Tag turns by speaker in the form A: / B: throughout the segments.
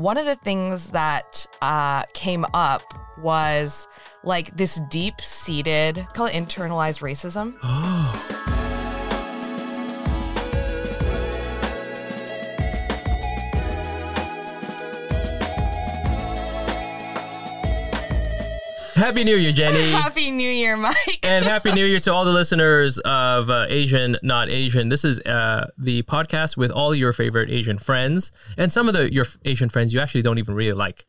A: One of the things that uh, came up was like this deep seated, call it internalized racism.
B: Oh. Happy New Year, Jenny.
A: Happy New Year, Mike.
B: and happy new year to all the listeners of uh, asian not asian this is uh, the podcast with all your favorite asian friends and some of the your f- asian friends you actually don't even really like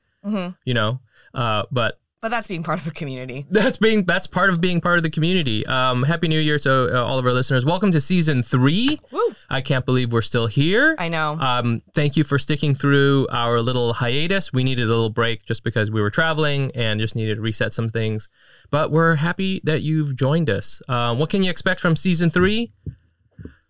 B: you know uh, but
A: But that's being part of a community.
B: that's being that's part of being part of the community um, happy new year to uh, all of our listeners welcome to season three
A: Woo.
B: i can't believe we're still here
A: I know.
B: um, thank you for sticking through our little hiatus. We needed a little break just because we were traveling and just needed to reset some things. But we're happy that you've joined us. Um, what can you expect from season three?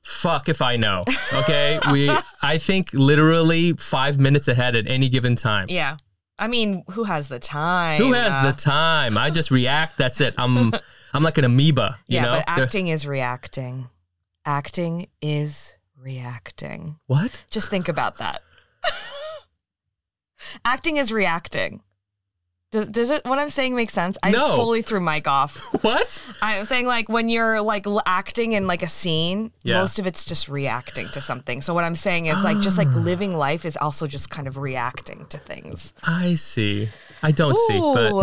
B: Fuck if I know. Okay, we I think literally five minutes ahead at any given time.
A: yeah. I mean, who has the time?
B: Who has
A: Uh,
B: the time? I just react. That's it. I'm I'm like an amoeba. You
A: Yeah,
B: know
A: but
B: They're-
A: acting is reacting. Acting is reacting.
B: what?
A: Just think about that. acting is reacting. Does, does it? What I'm saying make sense? I
B: No.
A: fully threw Mike off.
B: What?
A: I'm saying like when you're like l- acting in like a scene,
B: Yeah.
A: most of it's just reacting to something. So what I'm saying is like just like
B: Ah.
A: living life is also just kind of reacting to things.
B: I see. I don't see.
A: Ooh,
B: But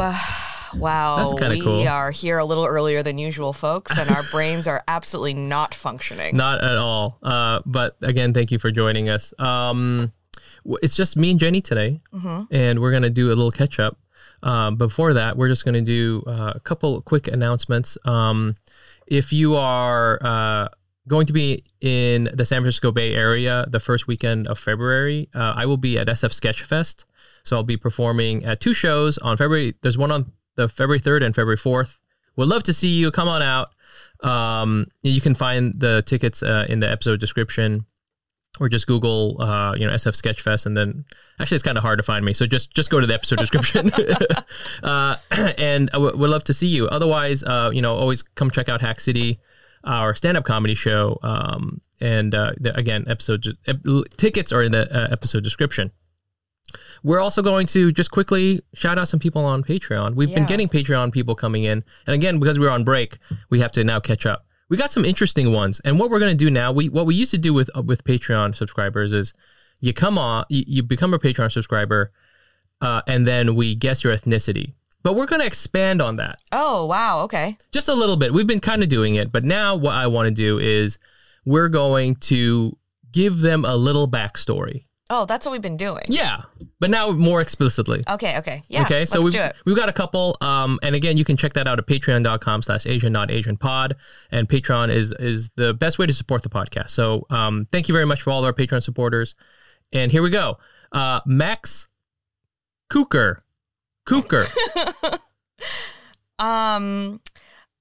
A: wow,
B: That's kinda
A: we
B: cool.
A: are here a little earlier than usual, folks, and our brains are absolutely not functioning.
B: Not at all. Uh, but again, thank you for joining us. Um, w- it's just me and Jenny today, and we're gonna do a little catch up. Um, before that, we're just gonna do uh, a couple quick announcements. Um, if you are uh, going to be in the San Francisco Bay Area the first weekend of February, uh, I will be at SF Sketchfest. So I'll be performing at two shows on February. There's one on the February 3rd and February 4th. Would love to see you. Come on out. Um, you can find the tickets uh, in the episode description, or just Google, uh, you know, SF Sketchfest, and then actually it's kind of hard to find me. So just just go to the episode description, uh, and I w- would love to see you. Otherwise, uh, you know, always come check out Hack City, our stand up comedy show. Um, and uh, the, again, episode ep- tickets are in the uh, episode description. We're also going to just quickly shout out some people on Patreon. We've been
A: Yeah.
B: getting Patreon people coming in. And again, because we were on break, we have to now catch up. We got some interesting ones. And what we're going to do now, we what we used to do with uh, with Patreon subscribers is you come on, you, you become a Patreon subscriber, uh, and then we guess your ethnicity. But we're going to expand on that
A: Oh wow, okay,
B: just a little bit. We've been kind of doing it, but now what I want to do is we're going to give them a little backstory.
A: oh that's what we've been doing.
B: Yeah, but now more explicitly.
A: Okay, okay, yeah.
B: okay, so
A: let's
B: we've,
A: do it.
B: we've got a couple. Um, and again, you can check that out at patreon.com slash Asian not Asian pod. And Patreon is is the best way to support the podcast. So um, thank you very much for all of our Patreon supporters. And here we go. Uh, Max Cooker. Cooker.
A: Um,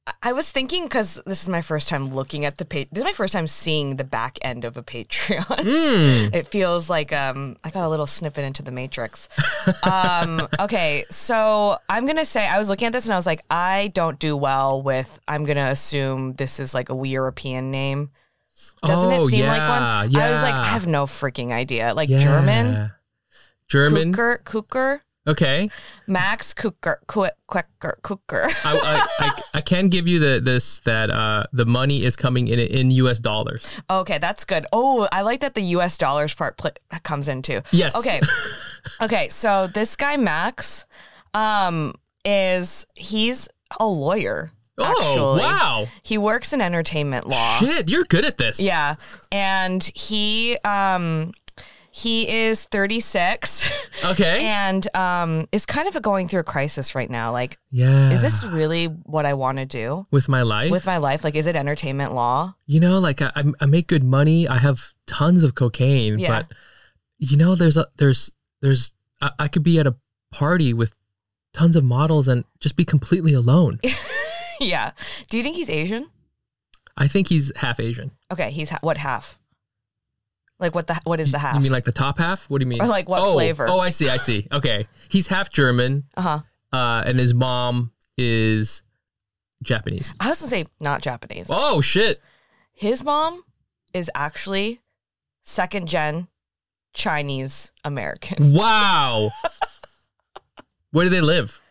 A: I- I was thinking because this is my first time looking at the page. This is my first time seeing the back end of a Patreon.
B: Hmm.
A: It feels like um, I got a little snippet into the Matrix. Um, okay, so I'm gonna say I was looking at this and I was like, I don't do well with. I'm gonna assume this is like a European name. Doesn't
B: Oh,
A: it seem
B: yeah,
A: like one? I was like,
B: yeah.
A: I have no freaking idea. Like
B: Yeah.
A: German,
B: German.
A: Kuker, Kuker,
B: Okay.
A: Max Kuker, Kuker, Kuker.
B: I, I, I, I can give you the this that uh, the money is coming in in US dollars.
A: Okay, that's good. Oh, I like that the U.S. dollars part pl- comes in too.
B: Yes.
A: Okay, okay. So this guy Max, um, is he's a lawyer.
B: Oh,
A: actually.
B: wow.
A: He works in entertainment law.
B: Shit, you're good at this.
A: Yeah, and he um he is thirty six.
B: Okay.
A: And um, is kind of going through a crisis right now. Like,
B: yeah.
A: is this really what I want to do
B: with my life?
A: with my life? Like, is it entertainment law?
B: you know, like I, I'm- I make good money. I have tons of cocaine,
A: Yeah.
B: but you know, there's a there's there's I, I could be at a party with tons of models and just be completely alone.
A: yeah. Do you think he's Asian?
B: I think he's half Asian.
A: Okay, he's ha- what half? Like what the what is the half?
B: You mean like the top half? What do you mean?
A: Or, like, what
B: oh,
A: flavor?
B: Oh, I see. I see. Okay, he's half German.
A: uh huh.
B: uh, and his mom is Japanese.
A: I was gonna say not Japanese.
B: Oh shit!
A: His mom is actually second gen Chinese American.
B: Wow. Where do they live?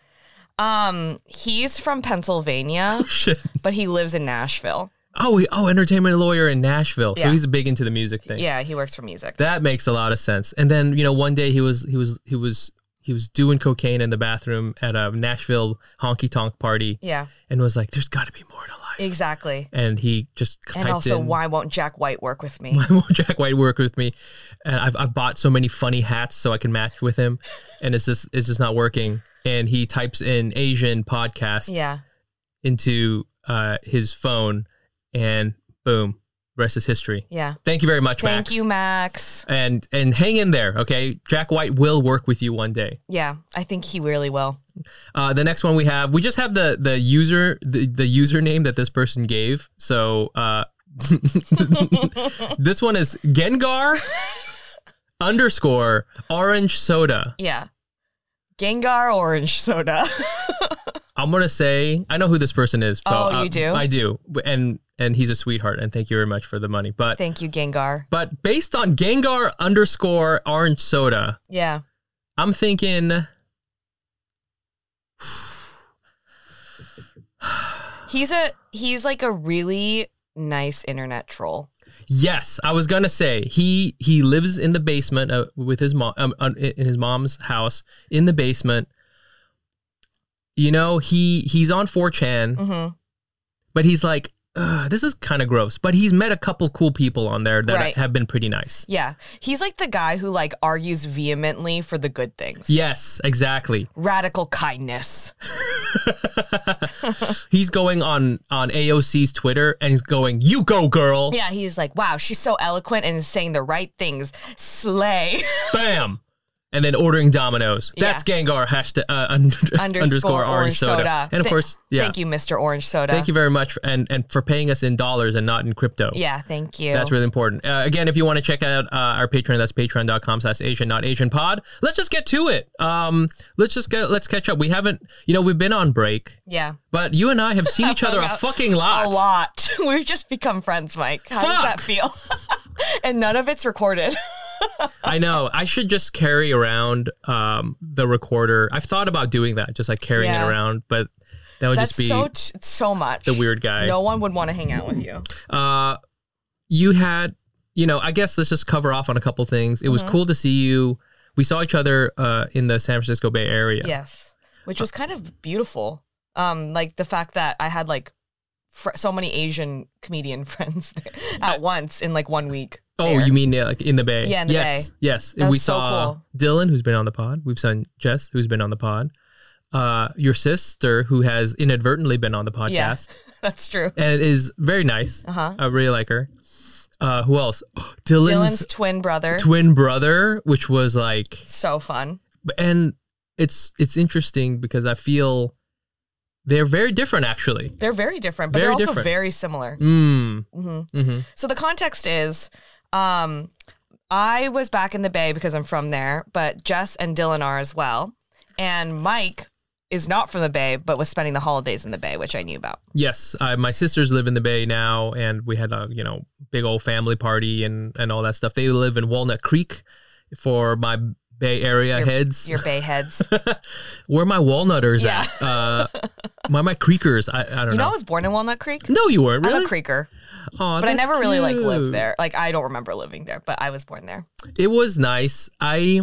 A: Um, he's from Pennsylvania,
B: Shit.
A: but he lives in Nashville.
B: Oh, he, oh, entertainment lawyer in Nashville. So
A: Yeah.
B: he's big into the music thing.
A: Yeah, he works for music.
B: That makes a lot of sense. And then, you know, one day he was he was he was he was doing cocaine in the bathroom at a Nashville honky tonk party
A: Yeah,
B: and was like, There's gotta be more to life.
A: exactly.
B: and he just
A: And
B: typed
A: also,
B: in
A: why won't Jack White work with me?
B: why won't Jack White work with me? And I've, I've bought so many funny hats so I can match with him, and it's just it's just not working. And he types in Asian podcast
A: Yeah.
B: into uh, his phone, and boom, rest is history.
A: Yeah.
B: Thank you very much,
A: Thank
B: Max.
A: you, Max.
B: And and hang in there, okay? Jack White will work with you one day.
A: Yeah, I think he really will.
B: Uh, the next one we have, we just have the the user the, the username that this person gave. So uh, this one is Gengar underscore orange soda.
A: Yeah. Gengar orange soda.
B: I'm gonna say I know who this person is. so,
A: Oh,
B: uh,
A: you do?
B: I do, and and he's a sweetheart. And thank you very much for the money. But
A: Thank you, Gengar.
B: but based on Gengar underscore orange soda,
A: Yeah.
B: I'm thinking
A: He's a he's like a really nice internet troll.
B: Yes, I was gonna say he he lives in the basement uh, with his mom um, um, in in his mom's house in the basement. You know he he's on 4chan,
A: hmm
B: but he's like "Ugh, this is kind of gross. But he's met a couple cool people on there that
A: Right.
B: have been pretty nice.
A: Yeah. He's like the guy who like argues vehemently for the good things.
B: Yes, exactly.
A: Radical kindness.
B: he's going on on AOC's Twitter and he's going, "You go, girl!"
A: Yeah, he's like, wow, she's so eloquent and saying the right things. Slay.
B: Bam. And then ordering Dominoes.
A: Yeah.
B: That's Gengar hashtag uh, under, underscore, orange, soda. And of
A: Th-
B: course, yeah.
A: Thank you, Mr. Orange Soda.
B: Thank you very much, for, and and for paying us in dollars and not in crypto.
A: Yeah, thank you.
B: That's really important. Uh, again, if you want to check out uh, our Patreon, that's patreon.com slash Asian, not Asian pod. Let's just get to it. Um, let's just get, let's catch up. We haven't, you know, we've been on break,
A: yeah.
B: but you and I have seen each other a
A: out
B: fucking
A: A
B: lot.
A: lot. We've just become friends, Mike. How does
B: Fuck.
A: that feel? and none of it's recorded.
B: I know. I should just carry around um, the recorder. I've thought about doing that, just like carrying
A: Yeah.
B: it around, but that would
A: That's
B: just be
A: so t- so much.
B: the weird guy.
A: No one would want to hang out with you.
B: Uh, you had, you know, I guess let's just cover off on a couple things. It was
A: Mm-hmm.
B: cool to see you. We saw each other uh, in the San Francisco Bay Area.
A: Yes, which
B: Uh,
A: was kind of beautiful. Um, like the fact that I had like fr- so many Asian comedian friends there at once in like one week.
B: Oh,
A: there.
B: you mean uh, like in the Bay?
A: Yeah, in the
B: yes,
A: Bay.
B: Yes,
A: That
B: we
A: was so
B: saw
A: cool.
B: Dylan, who's been on the pod. We've seen Jess, who's been on the pod. Uh, your sister, who has inadvertently been on the
A: Yeah.
B: podcast,
A: that's true.
B: and is very nice.
A: Uh huh.
B: I really like her. Uh, who else? Dylan's,
A: Dylan's twin brother.
B: twin brother, which was like
A: so fun.
B: and it's it's interesting because I feel they're very different actually.
A: They're very different, but
B: Very
A: they're also
B: different.
A: very similar.
B: Mm.
A: hmm
B: hmm
A: So the context is, um, I was back in the Bay because I'm from there, but Jess and Dylan are as well, and Mike is not from the Bay, but was spending the holidays in the Bay, which I knew about.
B: Yes, I, my sisters live in the Bay now, and we had a you know big old family party and and all that stuff. They live in Walnut Creek, for my Bay Area
A: Your-
B: heads.
A: Your Bay heads.
B: Where my walnutters
A: Yeah.
B: at? Uh, my my creekers. I, I don't
A: You know,
B: know.
A: I was born in Walnut Creek.
B: no, you weren't really.
A: I'm a creeker,
B: Aw,
A: but I
B: that's
A: never really like lived
B: cute.
A: there. Like I don't remember living there, but I was born there.
B: It was nice. I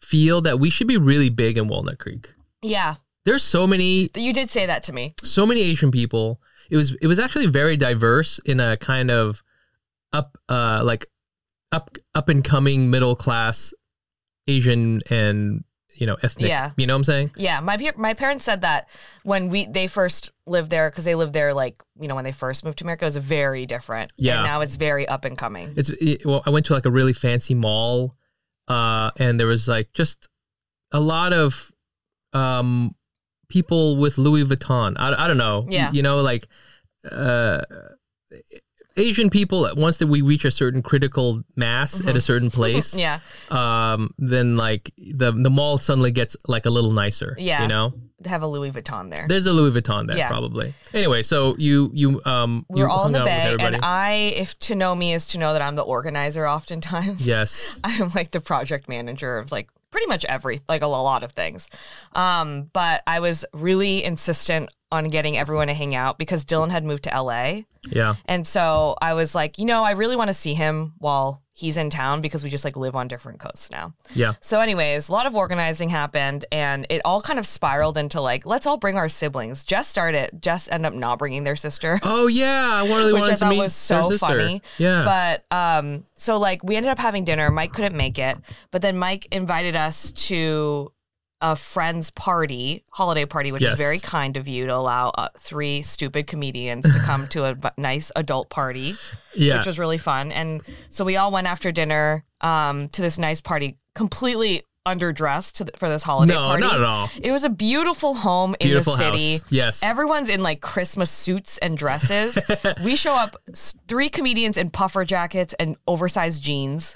B: feel that we should be really big in Walnut Creek.
A: Yeah,
B: There's so many
A: you did say that to me.
B: so many Asian people. It was it was actually very diverse in a kind of up uh like up up and coming middle class Asian and you know ethnic.
A: Yeah.
B: You know what I'm saying?
A: Yeah, my pe- my parents said that when we they first lived there because they lived there like you know when they first moved to America it was very different.
B: Yeah.
A: and now it's very up and coming.
B: It's it, well, I went to like a really fancy mall, uh, and there was like just a lot of um people with Louis Vuitton. I, I don't know.
A: Yeah.
B: You, know, like uh. Asian people, once that we reach a certain critical mass at a certain place,
A: Mm-hmm. Yeah,
B: um, then like the the mall suddenly gets like a little nicer.
A: Yeah.
B: you know,
A: have a Louis Vuitton there.
B: There's a Louis Vuitton there
A: Yeah.
B: probably. Anyway, so you you um
A: We're
B: you
A: all in
B: hung
A: the
B: out with
A: bay,
B: everybody.
A: and I, if to know me is to know that I'm the organizer. Oftentimes,
B: yes.
A: I am like the project manager of like pretty much every like a lot of things. Um, but I was really insistent on getting everyone to hang out because Dylan had moved to LA.
B: Yeah.
A: And so I was like, you know, I really want to see him while he's in town because we just like live on different coasts now.
B: Yeah.
A: So, anyways, a lot of organizing happened and it all kind of spiraled into like, let's all bring our siblings. Jess started, Jess ended up not bringing their sister.
B: Oh yeah, I really
A: Which
B: wanted
A: I
B: to
A: thought
B: meet
A: was
B: her
A: so
B: sister.
A: funny.
B: Yeah.
A: But um, so like we ended up having dinner. Mike couldn't make it, but then Mike invited us to a friend's party, holiday party, which
B: Yes.
A: is very kind of you to allow uh, three stupid comedians to come to a v- nice adult party
B: yeah.
A: which was really fun. And so we all went after dinner um, to this nice party, completely underdressed to th- for this holiday
B: no,
A: party.
B: not at all.
A: It was a beautiful home
B: Beautiful
A: in the city.
B: house. Yes.
A: Everyone's in like Christmas suits and dresses. we show up, s- three comedians in puffer jackets and oversized jeans.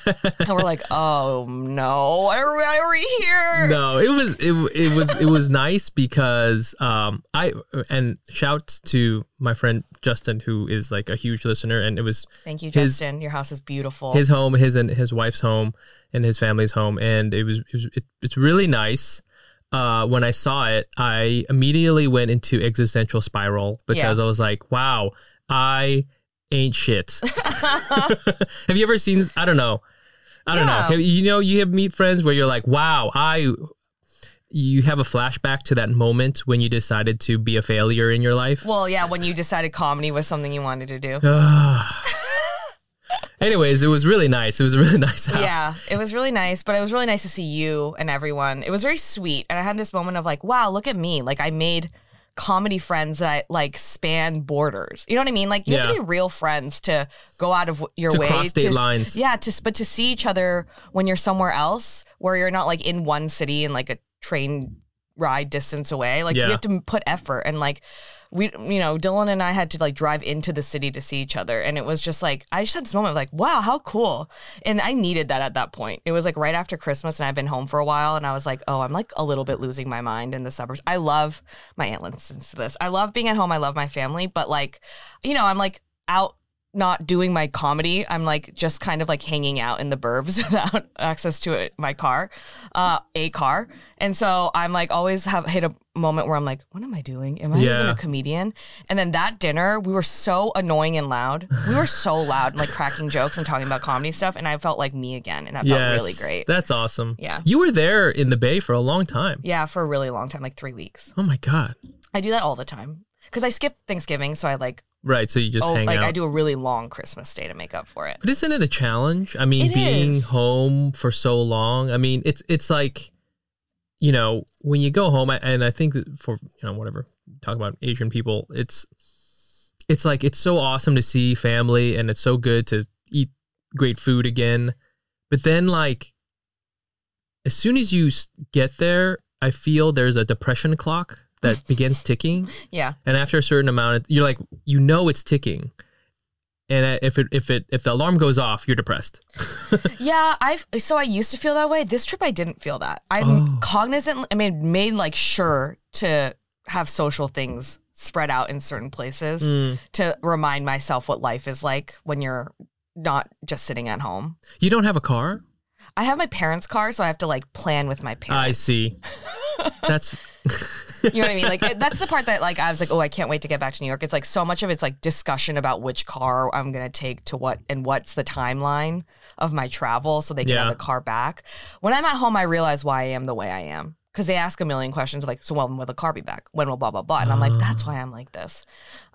A: and we're like, oh no, why are we, why are we here?
B: no, it was it, it was it was nice because um I and shouts to my friend Justin who is like a huge listener and it was
A: Thank you,
B: His-
A: Justin. Your house is beautiful.
B: his home, his and his wife's home, and his family's home, and it was, it was it, it's really nice. Uh, when I saw it, I immediately went into existential spiral because I was like, "Wow, I ain't shit." have you ever seen? I don't know. I don't know.
A: Yeah.
B: Have- you know, you have meet friends where you're like, "Wow, I." You have a flashback to that moment when you decided to be a failure in your life.
A: well, yeah, when you decided comedy was something you wanted to do.
B: Ah. Anyways, it was really nice. It was a really nice house.
A: Yeah, it was really nice, but it was really nice to see you and everyone. It was very sweet, and I had this moment of like, wow, look at me! Like I made comedy friends that I like span borders. You know what I mean? Like you have
B: Yeah.
A: to be real friends to go out of w- your
B: To
A: way
B: cross state
A: s-
B: lines.
A: Yeah, to s- but to see each other when you're somewhere else, where you're not like in one city and like a train ride distance away. Like
B: Yeah.
A: you have to put effort and like we you know dylan and i had to like drive into the city to see each other and it was just like i just had this moment of like wow how cool and i needed that at that point it was like right after christmas and i've been home for a while and i was like oh i'm like a little bit losing my mind in the suburbs i love my aunt listens to this i love being at home i love my family but like you know i'm like out not doing my comedy i'm like just kind of like hanging out in the burbs without access to it, my car uh a car and so i'm like always have hit a moment where i'm like what am i doing am i even
B: Yeah.
A: a comedian. And then that dinner, we were so annoying and loud. We were so loud and like cracking jokes and talking about comedy stuff. And I felt like me again. And that felt really great.
B: That's awesome.
A: Yeah.
B: You were there in the Bay for a long time.
A: Yeah, for a really long time, like three weeks.
B: Oh my God.
A: I do that all the time because I skip Thanksgiving. So I like,
B: Right. So you just
A: oh,
B: hang
A: like
B: out.
A: I do a really long Christmas day to make up for it.
B: But isn't it a challenge? I mean,
A: It
B: being
A: is.
B: home for so long. I mean, it's it's like, you know, when you go home, I- and I think that for you know whatever talk about Asian people, it's it's like it's so awesome to see family, and it's so good to eat great food again. But then, like, as soon as you s- get there, I feel there's a depression clock that begins ticking
A: Yeah.
B: and after a certain amount you're like you know it's ticking and if it if it if the alarm goes off you're depressed
A: Yeah, I've so I used to feel that way. This trip I didn't feel that. I'm
B: Oh.
A: cognizant I mean made like sure to have social things spread out in certain places
B: Mm.
A: to remind myself what life is like when you're not just sitting at home.
B: you don't have a car
A: I have my parents' car, so I have to like plan with my parents.
B: i see that's
A: You know what I mean? Like it- that's the part that like I was like, oh, I can't wait to get back to New York. It's like so much of it's like discussion about which car I'm gonna take to what and what's the timeline of my travel so they can
B: Yeah.
A: have the car back. When I'm at home, I realize why I am the way I am. Because they ask a million questions like, so when will the car be back? When will blah blah blah? And I'm like, that's why I'm like this.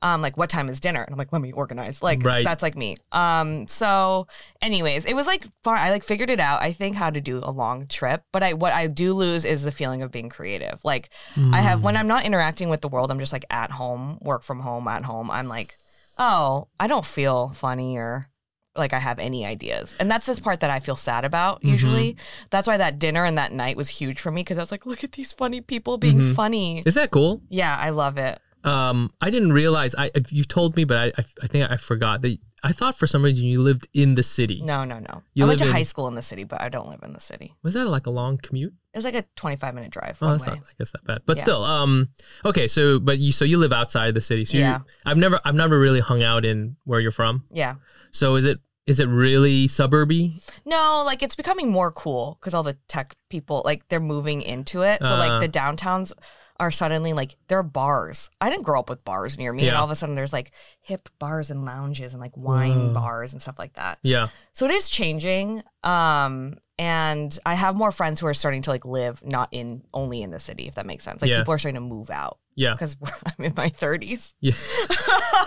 A: Um, like what time is dinner? And I'm like, let me organize. Like
B: Right.
A: that's like me. Um, so anyways, it was like fun. I like figured it out. I think how to do a long trip, but I what I do lose is the feeling of being creative. Like I
B: hmm.
A: have
B: Mm.
A: when I'm not interacting with the world, I'm just like at home, work from home, at home. I'm like, oh, I don't feel funny or like I have any ideas. And that's this part that I feel sad about
B: Mm-hmm.
A: usually. That's why that dinner and that night was huge for me because I was like, look at these funny people being
B: Mhm.
A: funny.
B: is that cool
A: Yeah, I love it.
B: Um, I didn't realize. I you told me, but I I, I think I forgot that. I thought for some reason you lived in the city.
A: No, no, no.
B: You
A: I went to
B: live in-
A: high school in the city, but I don't live in the city.
B: Was that like a long commute?
A: It was like a 25 minute drive
B: Oh,
A: one
B: that's
A: way.
B: not, I guess, that bad. But
A: Yeah.
B: still, um, okay. So, but you, so you live outside the city. So you-
A: Yeah.
B: I've never, I've never really hung out in where you're from.
A: Yeah.
B: So is it, is it really suburby?
A: No, like it's becoming more cool because all the tech people, like they're moving into it. So,
B: Uh.
A: like the downtowns are suddenly like there are bars. I didn't grow up with bars near me. And
B: Yeah.
A: all of a sudden there's like hip bars and lounges and like wine
B: Whoa.
A: bars and stuff like that.
B: Yeah.
A: So it is changing. Um, and I have more friends who are starting to like live not in only in the city, if that makes sense. Like
B: Yeah.
A: people are starting to move out
B: Yeah.
A: because I'm in my 30s.
B: Yeah.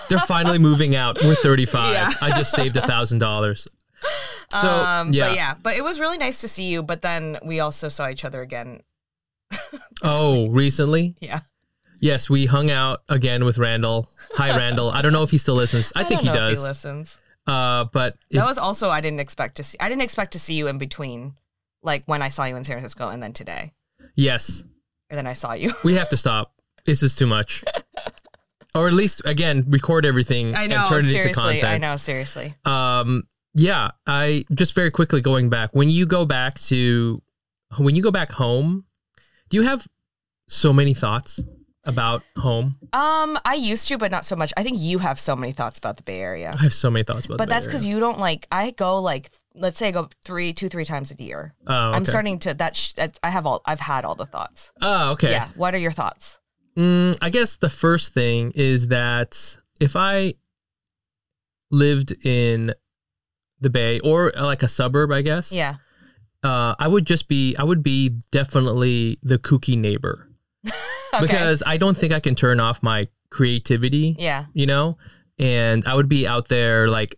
B: They're finally moving out. We're 35.
A: Yeah.
B: I just saved a thousand dollars. So
A: um,
B: Oh, yeah.
A: But yeah, but it was really nice to see you. But then we also saw each other again.
B: Oh, recently?
A: Yeah.
B: Yes, we hung out again with Randall. Hi, Randall. I don't know if he still listens. I,
A: don't
B: think he
A: know if
B: does.
A: he listens.
B: uh, but
A: That was also I didn't expect to see. I didn't expect to see you in between, like when I saw you in San Francisco and then today,
B: yes,
A: and then I saw you.
B: we have to stop. This is too much. or at least again, record everything
A: I know
B: and turn it into
A: seriously.
B: content.
A: I know seriously.
B: um yeah i just very quickly going back when you go back to when you go back home do you have so many thoughts about home
A: Um, I used to, but not so much. I think you have so many thoughts about the Bay Area,
B: i have so many thoughts about
A: but that's because you don't like. I go like let's say I go three, two, three times a year.
B: oh, okay.
A: I'm starting to that. Sh- that- I have all. I've had all the thoughts.
B: oh okay
A: Yeah. What are your thoughts?
B: Mm, I guess the first thing is that if I lived in the Bay or uh, like a suburb, I guess,
A: Yeah.
B: uh, I would just be, I would be definitely the kooky neighbor
A: Okay.
B: because I don't think I can turn off my creativity,
A: yeah.
B: you know, and I would be out there like.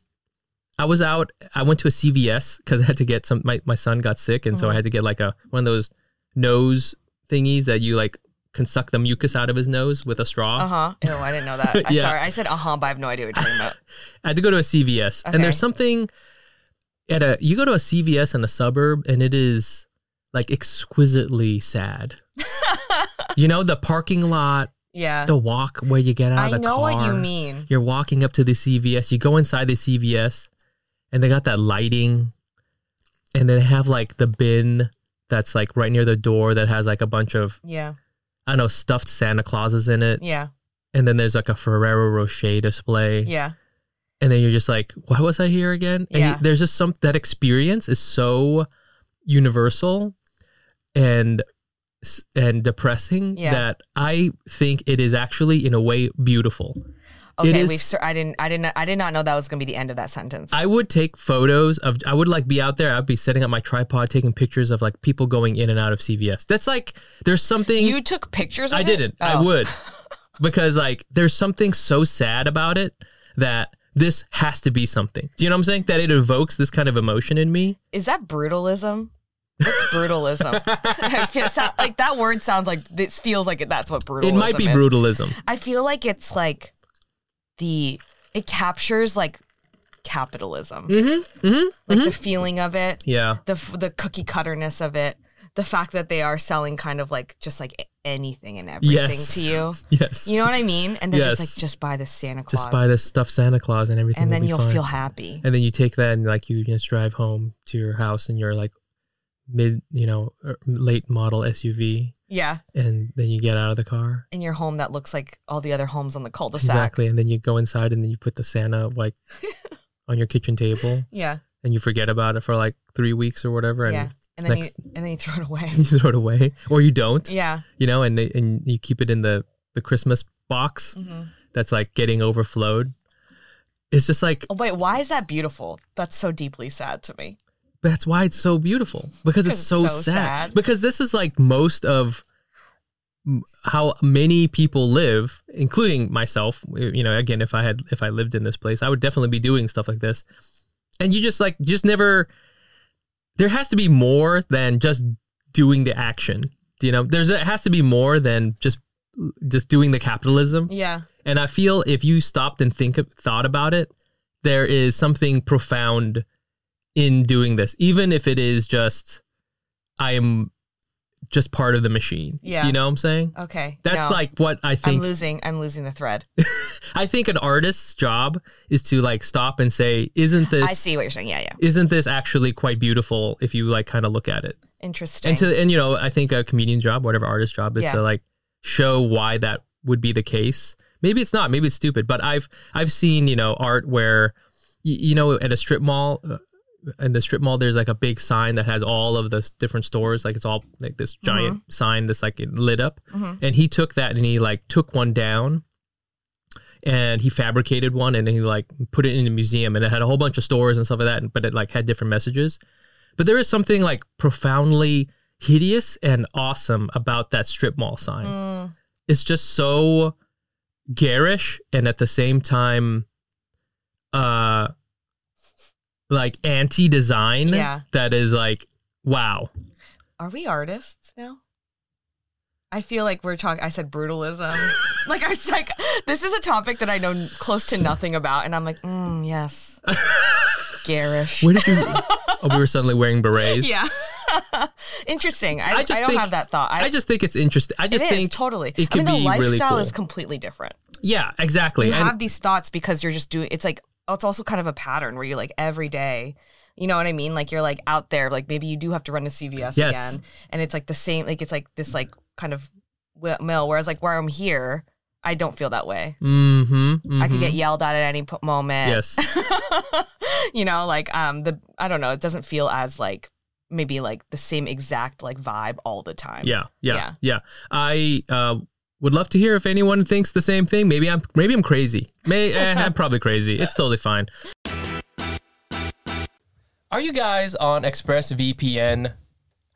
B: I was out. I went to a CVS because I had to get some. My, my son got sick, and so I
A: Mhm.
B: had to get like a one of those nose thingies that you like can suck the mucus out of his nose with a straw.
A: Uh huh. No, I didn't know that. I,
B: Uh-huh. Yeah.
A: Sorry, I said uh huh, but I have no idea what you're talking about.
B: I had to go to a CVS,
A: Okay.
B: and there's something at a you go to a CVS in a suburb, and it is like exquisitely sad. you know the parking lot,
A: Yeah.
B: the walk where you get out
A: I
B: of the
A: know what you
B: car,
A: mean.
B: You're walking up to the CVS. You go inside the CVS, and they got that lighting, and they have like the bin that's like right near the door that has like a bunch of
A: Yeah.
B: I don't know stuffed Santa Clauses in it,
A: Yeah.
B: and then there's like a Ferrero Rocher display.
A: Yeah.
B: and then you're just like, why was I here again? And
A: Yeah.
B: you, there's just some that experience is so universal and s- and depressing
A: Yeah.
B: that I think it is actually in a way beautiful. It
A: Okay.
B: is-
A: We've. Sur- I didn't. I didn't. I did not know that was going to be the end of that sentence.
B: I would take photos of I would like be out there, I'd be setting up my tripod taking pictures of like people going in and out of CVS. That's like there's something
A: you took pictures. Of
B: I
A: it?
B: didn't. I
A: Oh.
B: would. Because like there's something so sad about it that this has to be something. Do you know what I'm saying? That it evokes this kind of emotion in me.
A: Is that brutalism? It's brutalism. I feel- so- like that word sounds like this feels like it, that's what brutalism.
B: It might be
A: is.
B: brutalism.
A: I feel like it's like the it captures like capitalism,
B: Mm-hmm. Mm-hmm.
A: like the feeling of it,
B: Yeah.
A: the f- the cookie cutterness of it, the fact that they are selling kind of like just like a- anything and everything
B: Yes.
A: to you.
B: Yes.
A: You know what I mean? And they're just
B: Yes.
A: like, just buy the Santa Claus.
B: Just buy this stuffed Santa Claus and everything.
A: and
B: will
A: then
B: be
A: you'll
B: fine.
A: feel happy.
B: And then you take that and like you just drive home to your house in your like mid, you know, er, late model SUV,
A: Yeah.
B: and then you get out of the car.
A: In your home that looks like all the other homes on the cul-de-sac.
B: Exactly. And then you go inside and then you put the Santa like on your kitchen table
A: Yeah.
B: and you forget about it for like three weeks or whatever, and
A: yeah. And then
B: next-
A: you and then you throw it away.
B: you throw it away or you don't.
A: yeah.
B: You know, and and you keep it in the the Christmas box
A: Mhm.
B: that's like getting overflowed. It's just like
A: Oh wait, why is that beautiful? That's so deeply sad to me.
B: that's why it's so beautiful because it's
A: Because
B: so,
A: it's so
B: sad.
A: sad.
B: because this is like most of m- how many people live including myself you know again if i had if i lived in this place i would definitely be doing stuff like this and you just like just never there has to be more than just doing the action you know there's it has to be more than just just doing the capitalism
A: Yeah.
B: and I feel if you stopped and think thought about it, there is something profound in doing this, even if it is just I am just part of the machine.
A: Yeah.
B: Do you know what I'm saying?
A: Okay.
B: That's
A: no.
B: like what I
A: I'm
B: think.
A: losing I'm losing the thread.
B: I think an artist's job is to like stop and say, "Isn't this?
A: I see what you're saying. Yeah, yeah.
B: Isn't this actually quite beautiful?" If you like, kind of look at it.
A: Interesting.
B: And to and you know, I think a comedian's job, whatever artist's job, is
A: Yeah.
B: to like show why that would be the case. Maybe it's not. Maybe it's stupid. But I've I've seen you know art where y- you know at a strip mall. Uh, in the strip mall, there's like a big sign that has all of the s- different stores. Like it's all like this
A: Mm-hmm.
B: giant sign that's like lit up.
A: Mhm.
B: And he took that and he like took one down and he fabricated one and then he like put it in a museum and it had a whole bunch of stores and stuff like that. But it like had different messages. But there is something like profoundly hideous and awesome about that strip mall sign.
A: Mm,
B: It's just so garish and at the same time uh like anti-design
A: Yeah.
B: that is like wow.
A: are we artists now? I feel like we're talking I said brutalism. like I was like this is a topic that I know n- close to nothing about and I'm like, mm, yes. Garish.
B: Where did you Oh, we were suddenly wearing berets.
A: Yeah. Interesting. I,
B: I
A: I,
B: just
A: don't
B: think-
A: have that thought. I,
B: I just think it's interesting. I just
A: it is,
B: think
A: totally.
B: it
A: I mean,
B: could
A: the
B: be really
A: lifestyle
B: cool.
A: is completely different.
B: yeah, exactly.
A: You
B: And-
A: have these thoughts because you're just doing. It's like oh, it's also kind of a pattern where you're like every day. You know what I mean? Like you're like out there. Like maybe you do have to run to CVS
B: Yes.
A: again, and it's like the same. Like it's like this like kind of wi- mill. Whereas like where I'm here, I don't feel that way.
B: mhm.
A: I could
B: mhm.
A: get yelled at at any po- moment.
B: Yes.
A: you know, like um the I don't know. It doesn't feel as like maybe like the same exact like vibe all the time.
B: Yeah, yeah,
A: Yeah.
B: yeah. I uh, would love to hear if anyone thinks the same thing. Maybe I'm maybe I'm crazy. May eh, I'm probably crazy. It's totally fine. Are you guys on ExpressVPN?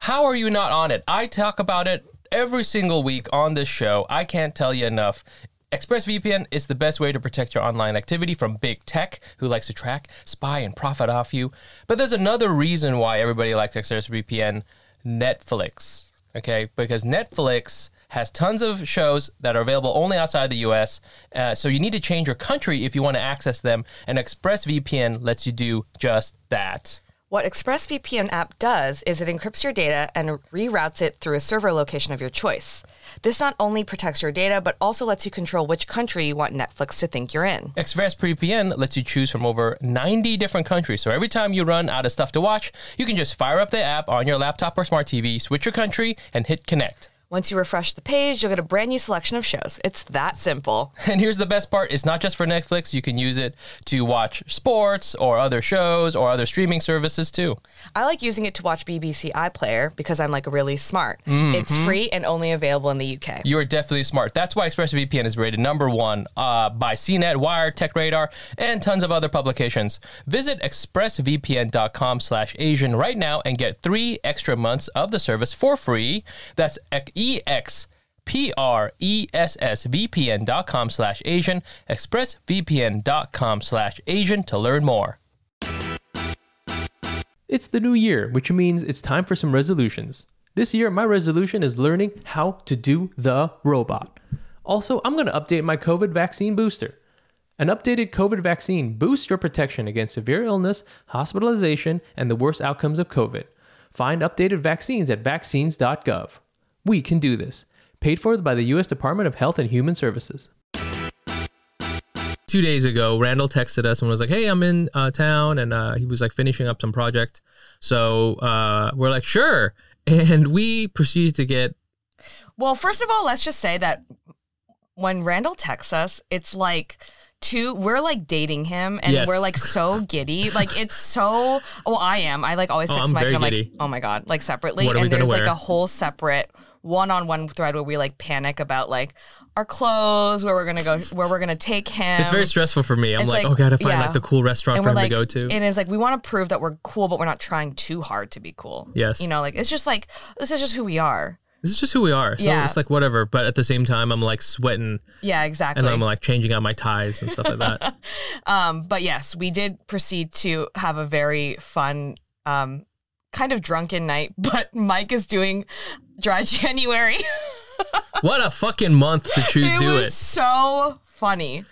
B: How are you not on it? I talk about it every single week on this show. I can't tell you enough. ExpressVPN is the best way to protect your online activity from big tech who likes to track, spy, and profit off you. But there's another reason why everybody likes ExpressVPN Netflix. Okay, because Netflix has tons of shows that are available only outside the US. Uh, so you need to change your country if you want to access them. And ExpressVPN lets you do just that.
A: What ExpressVPN app does is it encrypts your data and reroutes it through a server location of your choice. This not only protects your data, but also lets you control which country you want Netflix to think you're in.
B: ExpressVPN lets you choose from over 90 different countries. So every time you run out of stuff to watch, you can just fire up the app on your laptop or smart TV, switch your country, and hit connect.
A: Once you refresh the page, you'll get a brand new selection of shows. It's that simple.
B: And here's the best part it's not just for Netflix, you can use it to watch sports or other shows or other streaming services too.
A: I like using it to watch BBC iPlayer because I'm like really smart. It's free and only available in the UK.
B: You are definitely smart. That's why ExpressVPN is rated number one uh, by CNET, Wired, Tech Radar, and tons of other publications. Visit expressvpn.com slash Asian right now and get three extra months of the service for free. That's E E-X-P-R-E-S-S-V-P-N dot com slash Asian, expressvpn.com slash Asian to learn more. It's the new year, which means it's time for some resolutions. This year, my resolution is learning how to do the robot. Also, I'm going to update my COVID vaccine booster. An updated COVID vaccine boosts your protection against severe illness, hospitalization, and the worst outcomes of COVID. Find updated vaccines at vaccines.gov. We can do this. Paid for by the U.S. Department of Health and Human Services two days ago, Randall texted us and was like, "Hey, I'm in uh, town," and uh, he was like finishing up some project. So uh, we're like, "Sure," and we proceeded to get
A: Well, first of all, let's just say that when Randall texts us, it's like two we're like dating him and
B: Yes.
A: we're like so giddy. Like it's so well, I am. I like always
B: Oh,
A: text
B: I'm
A: Mike
B: very
A: and I'm like,
B: giddy.
A: oh my God, like separately.
B: What are we
A: and
B: gonna
A: there's like
B: wear?
A: a whole separate one on one thread where we like panic about like our clothes, where we're gonna go where we're gonna take him.
B: it's very stressful for me.
A: Um,
B: I'm
A: it's
B: like,
A: like-
B: "Oh, gotta find
A: yeah.
B: like the cool restaurant
A: and
B: for
A: we're like,
B: him to go to."
A: and it's like we want to prove that we're cool, but we're not trying too hard to be cool.
B: Yes.
A: you know, like it's just like this is just who we are.
B: this is just who we are. So
A: Yeah.
B: it's like whatever. But at the same time, I'm like sweating
A: Yeah, exactly.
B: and I'm like changing out my ties and stuff like that.
A: Um, but yes, we did proceed to have a very fun, um, kind of drunken night. But Mike is doing dry January.
B: what a fucking month to choose
A: it
B: do
A: was
B: it.
A: so funny.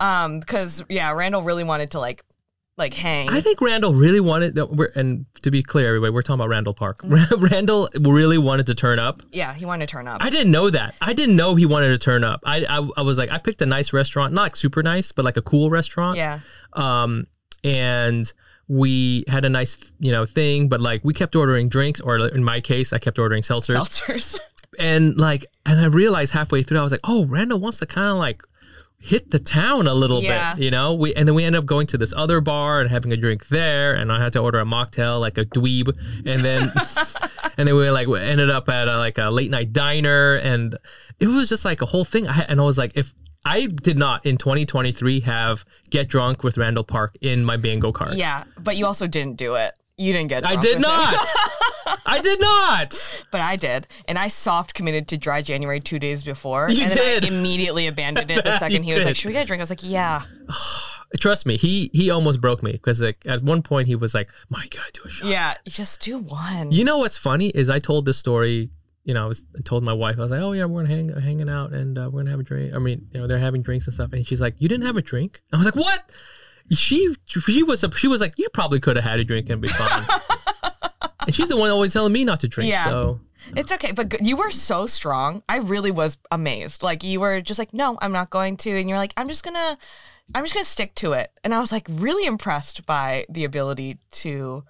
A: Um, because yeah, Randall really wanted to like like hang.
B: I think Randall really wanted, no, we're, and to be clear, everybody, we're talking about Randall Park. Randall really wanted to turn up.
A: yeah, he wanted to turn up.
B: I didn't know that. I didn't know he wanted to turn up. I, I, I was like, I picked a nice restaurant, not like super nice, but like a cool restaurant.
A: yeah.
B: Um, and we had a nice, you know, thing, but like we kept ordering drinks, or in my case, I kept ordering seltzers.
A: Seltzers.
B: and like, and I realized halfway through, I was like, oh, Randall wants to kind of like hit the town a little
A: Yeah.
B: bit, you know? We and then we ended up going to this other bar and having a drink there, and I had to order a mocktail like a dweeb, and then and then we like we ended up at a, like a late night diner, and it was just like a whole thing. I, and I was like, if I did not in 2023 have get drunk with Randall Park in my bingo card.
A: yeah, but you also didn't do it. You didn't get.
B: I
A: drunk with
B: did
A: him.
B: not. I did not.
A: but I did, and I soft committed to dry January two days before.
B: You
A: and then
B: did.
A: I immediately abandoned it the
B: bet
A: second
B: you
A: he was like,
B: did.
A: "Should we get a drink?" I was like, "Yeah."
B: Trust me, he he almost broke me because like at one point he was like, "My God, do a shot."
A: Yeah, just do one.
B: You know what's funny is I told this story. You know, I was I told my wife I was like, "Oh yeah, we're gonna hang, hanging out and uh, we're gonna have a drink." I mean, you know, they're having drinks and stuff, and she's like, "You didn't have a drink?" I was like, "What?" She she was she was like, "You probably could have had a drink and be fine." and she's the one always telling me not to drink.
A: Yeah.
B: So
A: It's okay, but g- you were so strong. I really was amazed. Like you were just like, "No, I'm not going to," and you're like, "I'm just gonna, I'm just gonna stick to it." And I was like, really impressed by the ability to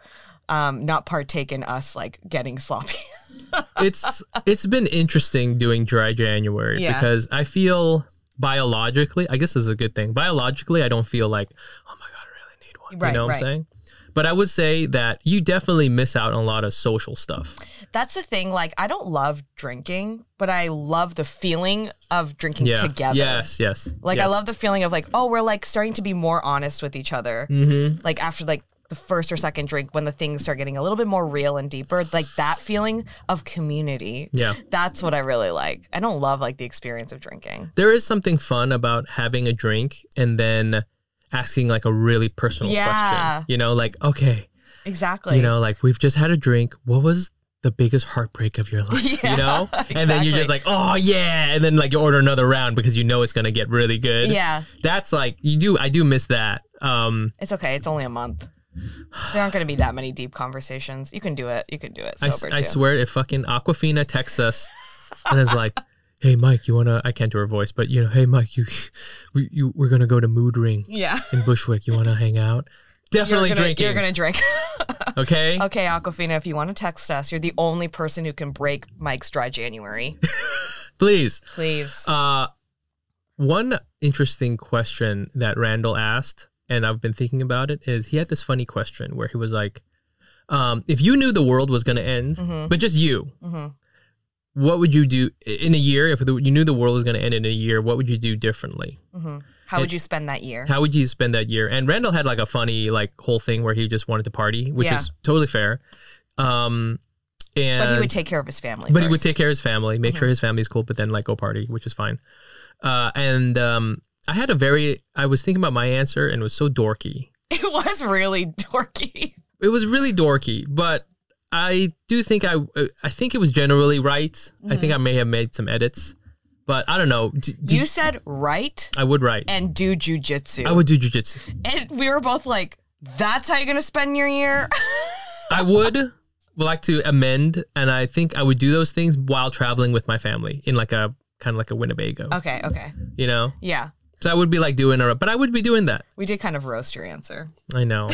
A: um, not partake in us like getting sloppy.
B: it's it's been interesting doing dry January
A: Yeah.
B: because I feel biologically, I guess this is a good thing. Biologically, I don't feel like, oh my god, I really need one.
A: Right,
B: you know what
A: right.
B: I'm saying? But I would say that you definitely miss out on a lot of social stuff.
A: That's the thing. Like I don't love drinking, but I love the feeling of drinking
B: Yeah.
A: together.
B: Yes. Yes.
A: Like I love the feeling of like, oh, we're like starting to be more honest with each other.
B: Mm-hmm.
A: like after like the first or second drink when the things start getting a little bit more real and deeper like that feeling of community
B: Yeah.
A: that's what i really like i don't love like the experience of drinking
B: There is something fun about having a drink and then asking like a really personal
A: Yeah.
B: question. You know, like okay,
A: exactly
B: you know, like we've just had a drink. What was the biggest heartbreak of your life?
A: Yeah,
B: you know, and then you're
A: exactly.
B: just like, oh yeah, and then like you order another round because you know it's gonna get really good.
A: yeah
B: that's like you do. I do miss that. Um,
A: it's okay it's only a month there aren't going to be that many deep conversations you can do it you can do it
B: I, s-
A: sober
B: I
A: too
B: swear, if fucking Aquafina texts us and is like, hey Mike, you wanna? I can't do her voice, but you know, hey Mike, you, we, you, we're gonna go to Mood Ring
A: yeah
B: in Bushwick. You wanna hang out? Definitely
A: you're gonna,
B: drinking.
A: You're gonna drink.
B: okay?
A: okay, Aquafina, if you want to text us, you're the only person who can break Mike's dry January.
B: please.
A: Please.
B: Uh, one interesting question that Randall asked, and I've been thinking about it, is he had this funny question where he was like, um, "If you knew the world was going to end,
A: Mm-hmm.
B: but just you,
A: Mhm.
B: what would you do i- in a year? If the, you knew the world was going to end in a year, what would you do differently?
A: How would you spend that year?
B: How would you spend that year?" And Randall had like a funny like whole thing where he just wanted to party, which
A: Yeah.
B: is totally fair. Um, and
A: but he would take care of his family.
B: but he
A: first.
B: would take care of his family, make
A: Mm-hmm.
B: sure his family's cool, but then like go party, which is fine. Uh, and um, I had a very, I was thinking about my answer and it was so dorky.
A: It was really dorky.
B: It was really dorky, but I do think I, I think it was generally right. I think I may have made some edits, but I don't know. D- d-
A: Mm-hmm. You said right
B: I would write.
A: and do jujitsu.
B: I would do jujitsu.
A: and we were both like, that's how you're going to spend your year?
B: I would like to amend, and I think I would do those things while traveling with my family in like a kind of like a Winnebago,
A: okay, okay.
B: you know.
A: Yeah.
B: So I would be like doing a, but I would be doing that.
A: We did kind of roast your answer.
B: I know.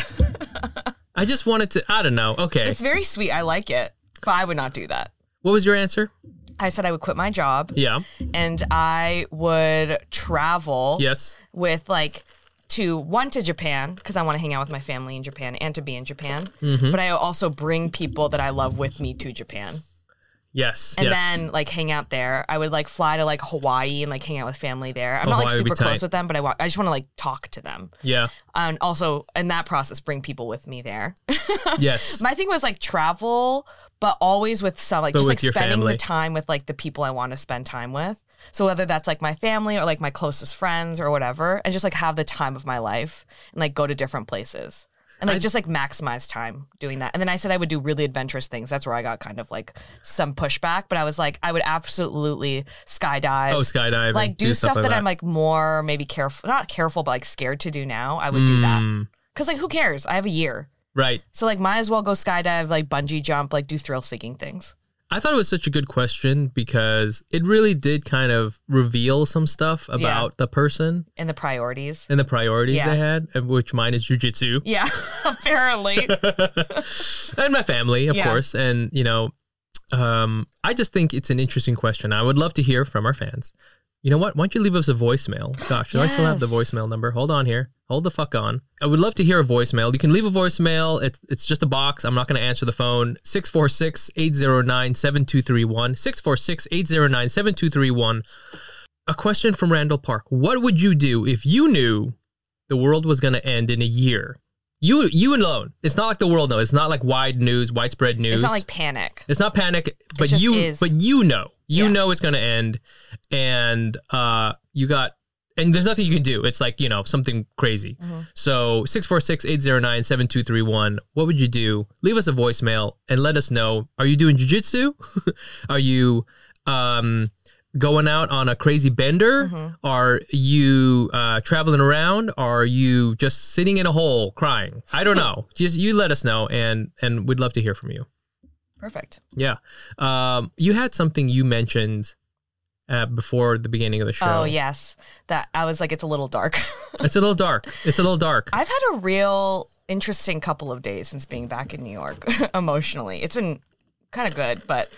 B: I just wanted to. I don't know. Okay.
A: It's very sweet. I like it, but I would not do that.
B: What was your answer?
A: I said I would quit my job
B: Yeah.
A: and I would travel
B: Yes.
A: with like to one to Japan because I want to hang out with my family in Japan and to be in Japan.
B: Mm-hmm.
A: But I also bring people that I love with me to Japan.
B: Yes.
A: and
B: yes.
A: then like hang out there. I would like fly to like Hawaii and like hang out with family there. I'm not like
B: Hawaii would be
A: super close
B: tight.
A: with them, but I want I just want to like talk to them.
B: yeah.
A: And also in that process, bring people with me there.
B: Yes.
A: My thing was like travel, but always with some like
B: But
A: just
B: with
A: like
B: your
A: spending
B: family.
A: the time with like the people I want to spend time with. So whether that's like my family or like my closest friends or whatever, and just like have the time of my life and like go to different places. And like just like maximize time doing that. And then I said I would do really adventurous things. That's where I got kind of like some pushback, but I was like, I would absolutely skydive.
B: oh, skydiving.
A: like do, stuff, that, I'm like
B: like.
A: more maybe careful, not careful, but like scared to do now. I would do that.
B: Mm.
A: Cause like who cares? I have a year.
B: Right.
A: So like might as well go skydive, like bungee jump, like do thrill seeking things.
B: I thought it was such a good question because it really did kind of reveal some stuff about the person
A: And the priorities.
B: and the priorities
A: Yeah.
B: they had, of which mine is jujitsu
A: Yeah, apparently.
B: and my family, of
A: Yeah.
B: course. And, you know, um, I just think it's an interesting question. I would love to hear from our fans. You know what? Why don't you leave us a voicemail? Gosh, do I still have the
A: Yes.
B: voicemail number? Hold on here. Hold the fuck on. I would love to hear a voicemail. You can leave a voicemail. It's, it's just a box. I'm not going to answer the phone. 646 809 7231. 646 809 7231. A question from Randall Park. What would you do if you knew the world was going to end in a year? You you alone. It's not like the world knows. It's not like wide news, widespread news.
A: It's not like panic.
B: It's not panic, but
A: just
B: you
A: is.
B: but you know. You
A: Yeah.
B: know it's going to end and uh you got and there's nothing you can do. It's like, you know, something crazy.
A: Mhm.
B: So 646-809-7231, what would you do? Leave us a voicemail and let us know, are you doing jiu-jitsu? are you um going out on a crazy bender?
A: Mhm.
B: Are you uh, traveling around? Are you just sitting in a hole crying? I don't know. just you let us know and and we'd love to hear from you.
A: Perfect.
B: Yeah. Um, you had something you mentioned uh, before the beginning of the show.
A: Oh yes. That I was like, it's a little dark.
B: It's a little dark. It's a little dark.
A: I've had a real interesting couple of days since being back in New York emotionally. It's been kind of good, but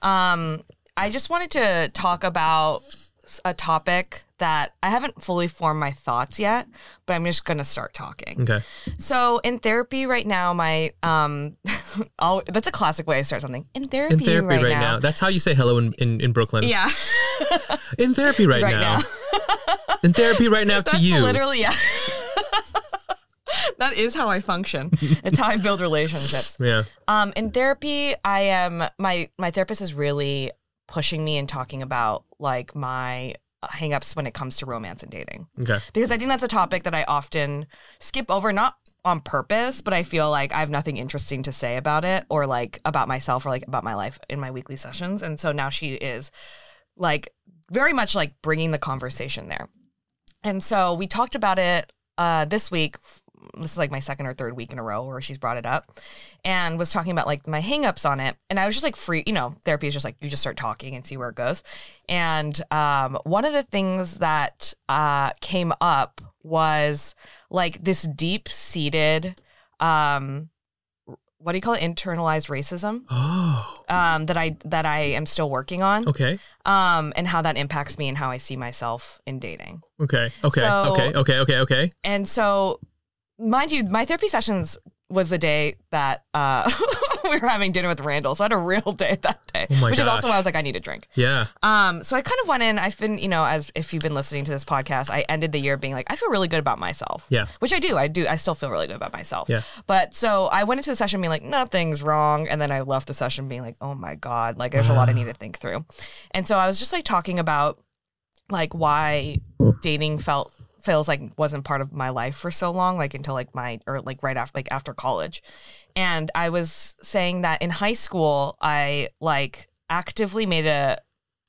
A: um, I just wanted to talk about s- a topic that I haven't fully formed my thoughts yet, but I'm just going to start talking.
B: okay.
A: So, in therapy right now, my um, all, that's a classic way I start something. In therapy,
B: In therapy right,
A: right,
B: now. That's how you say hello in, in, in Brooklyn.
A: Yeah,
B: In therapy right,
A: Right
B: now. in therapy right now to
A: that's
B: you.
A: literally yeah. that is how I function. It's how I build relationships.
B: yeah.
A: Um, in therapy, I am my my therapist is really pushing me and talking about like my hangups when it comes to romance and dating
B: Okay.
A: because I think that's a topic that I often skip over, not on purpose, but I feel like I have nothing interesting to say about it or like about myself or like about my life in my weekly sessions. And so now she is like very much like bringing the conversation there. And so we talked about it uh, this week. This is like my second or third week in a row where she's brought it up and was talking about like my hangups on it. And I was just like free, you know, therapy is just like you just start talking and see where it goes. And um, one of the things that uh, came up was like this deep seated, um, what do you call it? Internalized racism
B: Oh.
A: um, that I that I am still working on,
B: Okay.
A: um, and how that impacts me and how I see myself in dating.
B: Okay. Okay.
A: So-
B: okay. Okay. Okay. Okay.
A: And so, mind you, my therapy sessions was the day that uh, we were having dinner with Randall. So I had a real day that day,
B: Oh my
A: which is also
B: gosh.
A: why I was like, I need a drink.
B: Yeah.
A: Um, so I kind of went in. I've been, you know, as if you've been listening to this podcast, I ended the year being like, I feel really good about myself.
B: Yeah.
A: Which I do. I do. I still feel really good about myself.
B: Yeah.
A: But so I went into the session being like, nothing's wrong. And then I left the session being like, oh my God, like there's a lot I need to think through. And so I was just like talking about like why dating felt feels like wasn't part of my life for so long, like until like my or like right after like after college. And I was saying that in high school, I like actively made a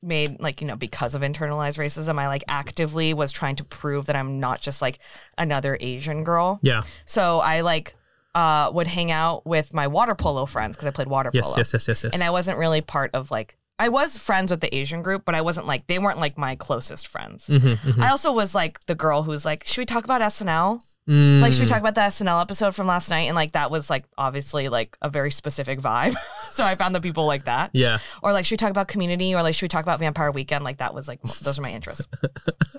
A: made like you know because of internalized racism i like actively was trying to prove that i'm not just like another asian girl
B: Yeah.
A: so i like uh would hang out with my water polo friends because i played water
B: Yes.
A: polo
B: Yes. Yes. Yes. Yes.
A: and i wasn't really part of like i was friends with the asian group but i wasn't like they weren't like my closest friends
B: mm-hmm,
A: i also was like the girl who's like should we talk about snl
B: mm-hmm.
A: like should we talk about the SNL episode from last night and like that was like obviously like a very specific vibe so I found the people like that
B: Yeah.
A: or like should we talk about community or like should we talk about vampire weekend like that was like those are my interests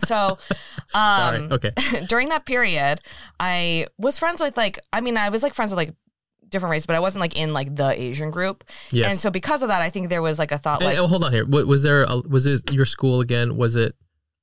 A: so
B: Sorry.
A: um
B: okay.
A: during that period i was friends with like i mean i was like friends with like different races but i wasn't like in like the asian group
B: Yes.
A: and so because of that i think there was like a thought
B: Hey,
A: like
B: oh, hold on here. Wa- Was there? A, was it your school again? Was it?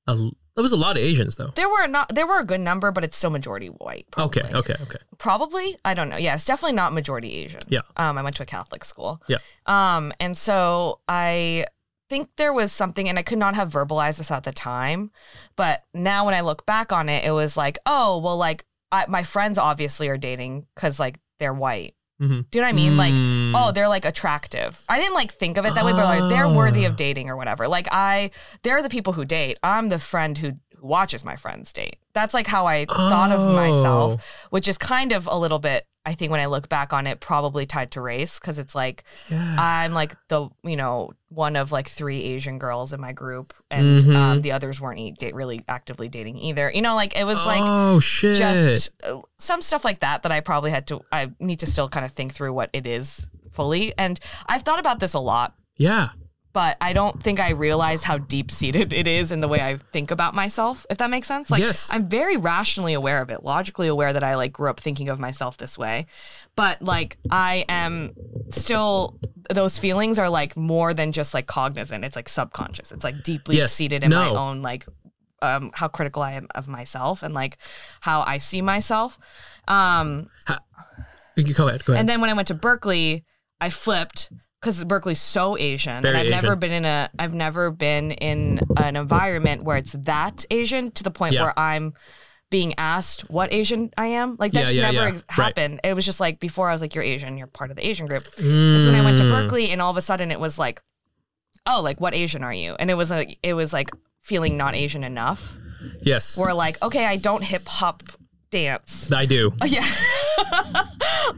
B: A, there was a lot of Asians though.
A: there were not there were a good number but it's still majority white probably.
B: Okay. Okay. Okay.
A: probably i don't know yeah it's definitely not majority asian
B: Yeah.
A: um i went to a catholic school
B: Yeah.
A: um and so i think there was something and i could not have verbalized this at the time but now when i look back on it it was like oh well like I, my friends obviously are dating because like they're white
B: Mhm.
A: do you know what i mean like
B: Mm.
A: oh they're like attractive i didn't like think of it that way but like they're
B: Ah.
A: worthy of dating or whatever like i they're the people who date i'm the friend who who watches my friends date. That's like how I thought of myself,
B: Oh,
A: which is kind of a little bit, I think, when I look back on it, probably tied to race because it's like
B: Yeah.
A: I'm like the, you know, one of like three Asian girls in my group and
B: Mhm.
A: um, the others weren't e- date, really actively dating either. You know, like it was like,
B: oh shit.
A: just uh, some stuff like that that I probably had to I need to still kind of think through what it is fully and I've thought about this a lot
B: yeah.
A: but I don't think I realize how deep seated it is in the way I think about myself if that makes sense like
B: Yes.
A: I'm very rationally aware of it logically aware that I like grew up thinking of myself this way but like I am still those feelings are like more than just like cognizant it's like subconscious it's like deeply
B: Yes.
A: seated in my
B: No.
A: own like um, how critical I am of myself and like how I see myself. Um,
B: You can go ahead. Go ahead.
A: and then when I went to Berkeley, I flipped because Berkeley's so Asian,
B: Very
A: and I've never
B: Asian.
A: been in a I've never been in an environment where it's that Asian to the point
B: Yeah.
A: where I'm being asked what Asian I am. Like that
B: Yeah,
A: just
B: yeah,
A: never
B: yeah. Right.
A: happened. It was just like before I was like, you're Asian, you're part of the Asian group. And so then I went to
B: Mm.
A: Berkeley, and all of a sudden it was like, oh, like what Asian are you? And it was like it was like feeling not Asian enough
B: Yes.
A: were like, okay, I don't hip hop dance.
B: I do.
A: Yeah.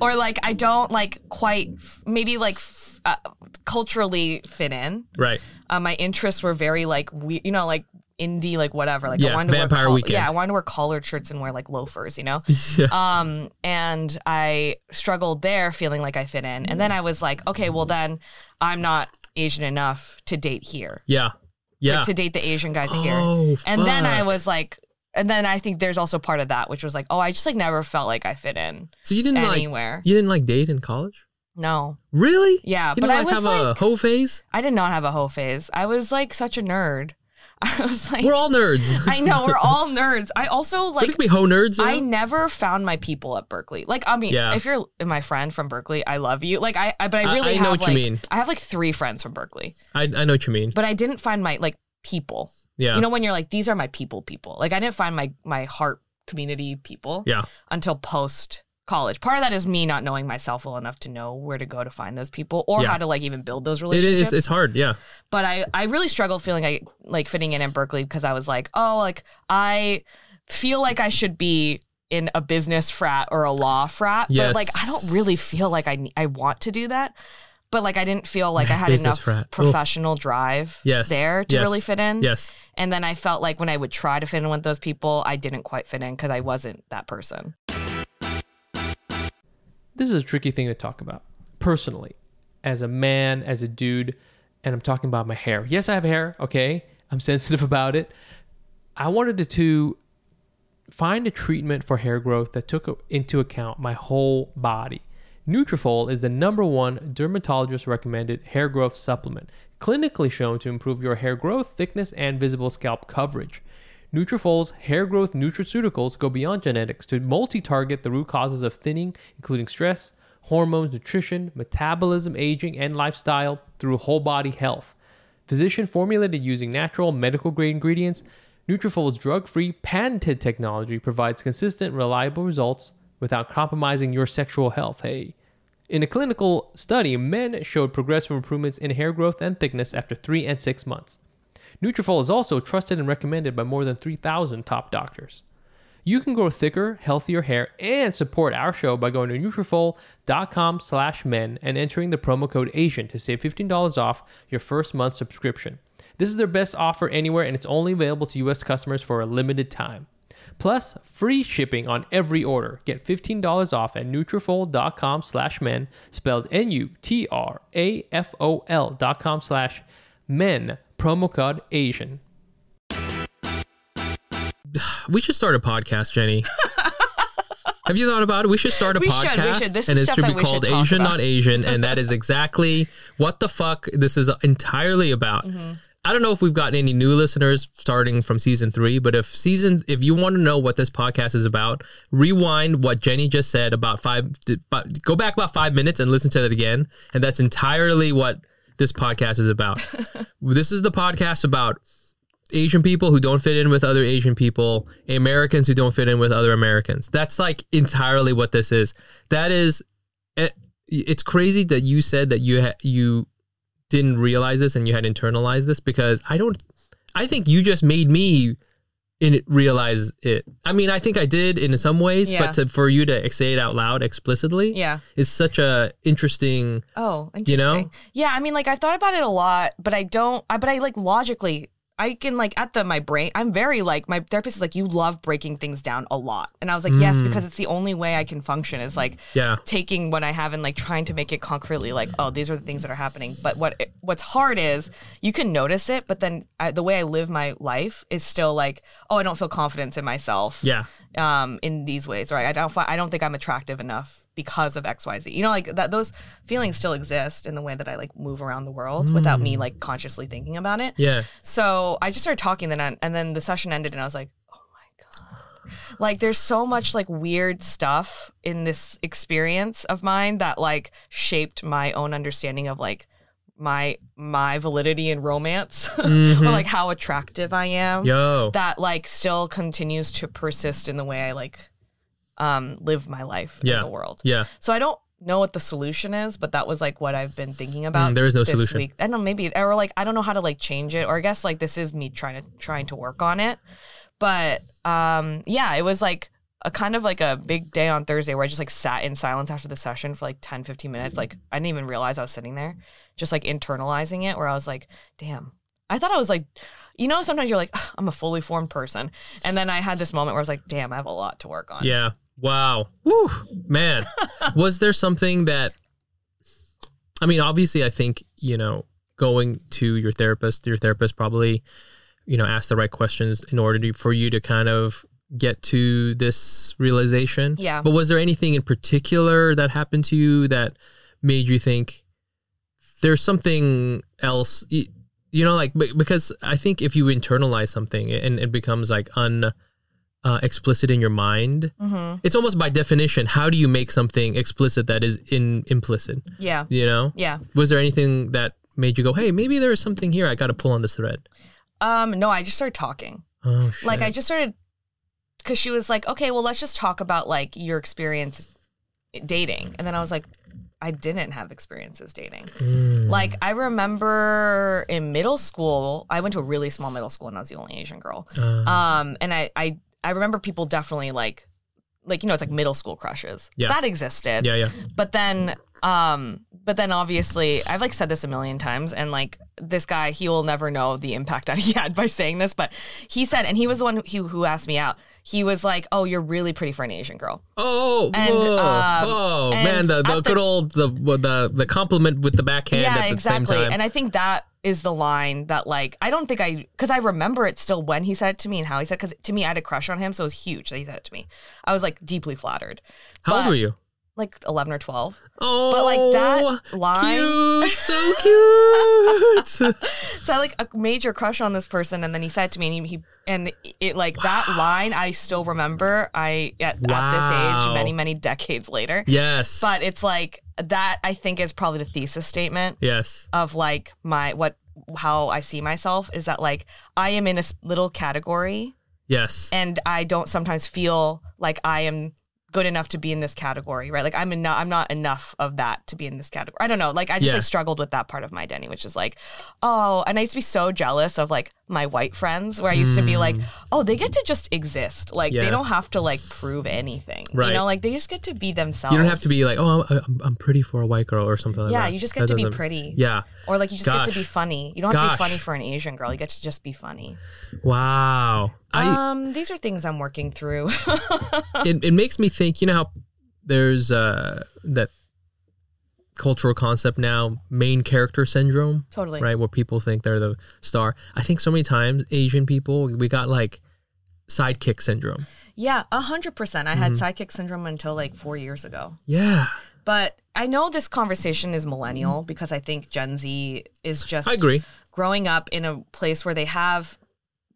A: or like, I don't like quite, f- maybe like f- uh, culturally fit in.
B: Right.
A: Uh, my interests were very like, we- you know, like indie, like whatever. Like,
B: Yeah,
A: I wanted to
B: Vampire
A: wear coll-
B: Weekend.
A: Yeah, I wanted to wear collared shirts and wear like loafers, you know?
B: Yeah.
A: um and i struggled there feeling like i fit in and then i was like okay well then i'm not asian enough to date here
B: Yeah. Yeah.
A: to date the Asian guys here.
B: Oh,
A: And then I
B: fuck.
A: was like, and then I think there's also part of that, which was like, oh, I just like never felt like I fit in
B: So you didn't like
A: anywhere.
B: you didn't like date in college?
A: No.
B: Really?
A: Yeah.
B: You
A: but
B: didn't
A: I
B: like
A: was
B: have
A: like,
B: a hoe phase?
A: I did not have a hoe phase. I was like such a nerd. I was like,
B: We're all nerds.
A: I know, we're all nerds. I also
B: I
A: like,
B: think we hoe nerds. you
A: I
B: know?
A: never found my people at Berkeley. Like, I mean,
B: Yeah.
A: if you're my friend from Berkeley, I love you. Like, I, I but I
B: I-
A: really
B: I
A: have
B: know what you
A: like,
B: mean.
A: I have like three friends from Berkeley,
B: I, I know what you mean.
A: but I didn't find my like people.
B: Yeah.
A: You know, when you're like, these are my people, people. Like, I didn't find my my heart community people
B: yeah.
A: until post college. Part of that is me not knowing myself well enough to know where to go to find those people or
B: Yeah.
A: how to like even build those
B: It
A: relationships.
B: is. It's hard. Yeah.
A: but I I really struggled feeling I like fitting in in Berkeley because I was like, oh, like I feel like I should be in a business frat or a law frat,
B: Yes.
A: but like I don't really feel like I ne- I want to do that. But like I didn't feel like I had
B: Business
A: enough
B: frat. Oof.
A: professional drive
B: Yes.
A: there to
B: Yes.
A: really fit in.
B: Yes.
A: And then I felt like when I would try to fit in with those people, I didn't quite fit in because I wasn't that person.
C: this is a tricky thing to talk about personally as a man as a dude and i'm talking about my hair yes i have hair okay i'm sensitive about it i wanted to find a treatment for hair growth that took into account my whole body Nutrafol is the number one dermatologist recommended hair growth supplement, clinically shown to improve your hair growth, thickness, and visible scalp coverage. Nutrafol's hair growth nutraceuticals go beyond genetics to multi-target the root causes of thinning, including stress, hormones, nutrition, metabolism, aging, and lifestyle through whole body health. Physician formulated using natural medical grade ingredients, Nutrafol's drug free patented technology provides consistent, reliable results without compromising your sexual health. Hey. In a clinical study, men showed progressive improvements in hair growth and thickness after three and six months. Nutrafol is also trusted and recommended by more than 3,000 top doctors. You can grow thicker, healthier hair and support our show by going to Nutrafol.com slash men and entering the promo code ASIAN to save $15 off your first month subscription. This is their best offer anywhere and it's only available to U.S. customers for a limited time. Plus, free shipping on every order. Get $15 off at Nutrafol.com slash men, spelled N-U-T-R-A-F-O-L dot com slash men, promo code ASIAN.
B: We should start a podcast, Jenny. Have you thought about it? We should start a
A: We should, we
B: podcast,
A: should. This
B: and
A: is
B: it
A: stuff
B: should be
A: that we should
B: called
A: talk
B: Asian,
A: about.
B: not Asian, and that is exactly what the fuck this is entirely about.
A: Mm-hmm.
B: I don't know if we've gotten any new listeners starting from season three, but if season, if you want to know what this podcast is about, rewind what Jenny just said about five, about, go back about five minutes and listen to it again, and that's entirely what this podcast is about. this is the podcast about Asian people who don't fit in with other Asian people, Americans who don't fit in with other Americans. That's like entirely what this is. That is, it- it's crazy that you said that you ha- you didn't realize this and you had internalized this because I don't. I think you just made me in it, realize it. I mean, I think I did in some ways,
A: Yeah.
B: but to, for you to say it out loud explicitly,
A: Yeah.
B: is such a interesting.
A: Oh,
B: You know?
A: interesting. Yeah, I mean, like I've thought about it a lot, but I don't. I, but I like logically, I can like at the my brain. I'm very like my therapist is like you love breaking things down a lot, and I was like yes because it's the only way I can function is like
B: Mm. Yeah.
A: taking what I have and like trying to make it concretely like oh these are the things that are happening. But what what's hard is you can notice it, but then I, the way I live my life is still like oh I don't feel confidence in myself
B: Yeah.
A: um in these ways right i don't fi- i don't think i'm attractive enough because of xyz you know like that those feelings still exist in the way that i like move around the world without me like consciously thinking about it
B: Yeah.
A: so i just started talking then and then the session ended and i was like oh my god like there's so much like weird stuff in this experience of mine that like shaped my own understanding of like my my validity in romance or like how attractive i am
B: Yo.
A: that like still continues to persist in the way I like um live my life
B: Yeah.
A: in the world.
B: yeah.
A: So I don't know what the solution is, but that was like what I've been thinking about.
B: Mm, there is no
A: this
B: solution.
A: Week. I don't know, maybe or like I don't know how to like change it, or I guess like this is me trying to trying to work on it. But um yeah, it was like a kind of like a big day on Thursday where I just like sat in silence after the session for like 10, 15 minutes. Like I didn't even realize I was sitting there, just like internalizing it where I was like, damn. I thought I was like you know, sometimes you're like, "Ugh, I'm a fully formed person. And then I had this moment where I was like, damn, I have a lot to work on.
B: Yeah. Wow. Woo. Man. was there something that I mean, obviously I think, you know, going to your therapist, your therapist probably, you know, asked the right questions in order to, for you to kind of get to this realization.
A: Yeah.
B: But was there anything in particular that happened to you that made you think there's something else Y- you know like be- because i think if you internalize something and it becomes like un uh, explicit in your mind
A: hmm
B: it's almost by definition how do you make something explicit that is in implicit
A: Yeah.
B: you know
A: Yeah.
B: was there anything that made you go hey maybe there is something here i gotta pull on this thread
A: Um, no, I just started talking.
B: oh shit.
A: Like I just started because she was like, okay, well, let's just talk about like your experience dating. And then I was like, I didn't have experiences dating.
B: Mm.
A: Like I remember in middle school, I went to a really small middle school and I was the only Asian girl.
B: Uh,
A: Um, and I, I, I remember people definitely like, like you know, it's like middle school crushes
B: Yeah.
A: that existed.
B: yeah yeah
A: but then um but then obviously i've like said this a million times and like this guy he will never know the impact that he had by saying this but he said and he was the one who who asked me out he was like oh you're really pretty for an asian girl
B: oh
A: And,
B: whoa.
A: um,
B: oh
A: and
B: man the, the
A: at the
B: good
A: t-
B: old the, the the compliment with the backhand
A: yeah
B: at the
A: exactly
B: same time
A: and i think that is the line that like i don't think i because i remember it still when he said it to me and how he said because to me i had a crush on him so it was huge that he said it to me i was like deeply flattered
B: how old
A: but-
B: were you
A: like 11 or 12
B: Oh,
A: but like that line
B: cute, so Oh, cute.
A: So I had, like a major crush on this person, and then he said to me, and he, he and it like that line I still remember. I at, at this
B: Wow.
A: age, many many decades later.
B: yes,
A: But it's like that. I think is probably the thesis statement
B: yes,
A: of like my what how I see myself is that like I am in a s- little category,
B: yes,
A: and I don't sometimes feel like I am good enough to be in this category, right? Like I'm enough. I'm not enough of that to be in this category. I don't know. Like I just
B: Yeah.
A: like struggled with that part of my identity, which is like, oh, and I used to be so jealous of like my white friends, where I used to be like, oh, they get to just exist. Like
B: Mm. Yeah.
A: they don't have to like prove anything.
B: Right.
A: You know, like they just get to be themselves.
B: you don't have to be like, oh, I'm, I'm, I'm pretty for a white girl or something like that.
A: Yeah, you just get
B: That
A: to be
B: doesn't-
A: pretty.
B: Yeah,
A: Or like you just get
B: Gosh.
A: to be funny. You don't have to
B: Gosh.
A: be funny for an Asian girl. You get to just be funny.
B: wow. I
A: um, these are things I'm working through.
B: it, it makes me think. You know how there's uh that cultural concept now, main character syndrome.
A: totally.
B: right? Where people think they're the star. I think so many times Asian people we got like sidekick syndrome.
A: Yeah, a hundred percent. I
B: Mm-hmm.
A: had psychic syndrome until like four years ago.
B: Yeah,
A: But I know this conversation is millennial because I think Gen Z is just
B: Mm-hmm. I agree.
A: growing up in a place where they have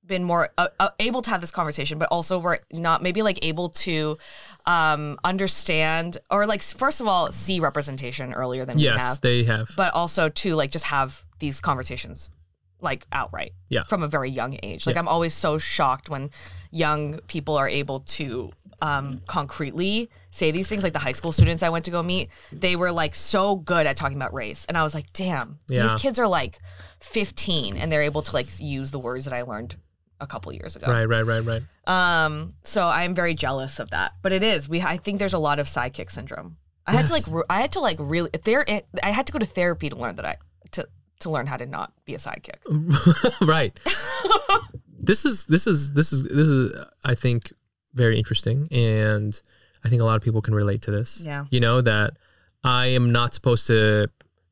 A: been more uh, uh, able to have this conversation, but also we're not maybe like able to um, understand or like first of all see representation earlier than we
B: Yes,
A: have,
B: they have.
A: but also to like just have these conversations like outright
B: Yeah.
A: from a very young age like i'm always so shocked when young people are able to um, concretely say these things like the high school students i went to go meet they were like so good at talking about race and i was like damn
B: Yeah.
A: these kids are like 15 and they're able to like use the words that i learned a couple years ago.
B: Right, right, right, right.
A: Um, so I'm very jealous of that. But it is we. I think there's a lot of sidekick syndrome. I had to like. re- I had to like really. There. I had to go to therapy to learn that I to to learn how to not be a sidekick.
B: Mm. right. this is this is this is this is I think very interesting, and I think a lot of people can relate to this.
A: Yeah.
B: You know that I am not supposed to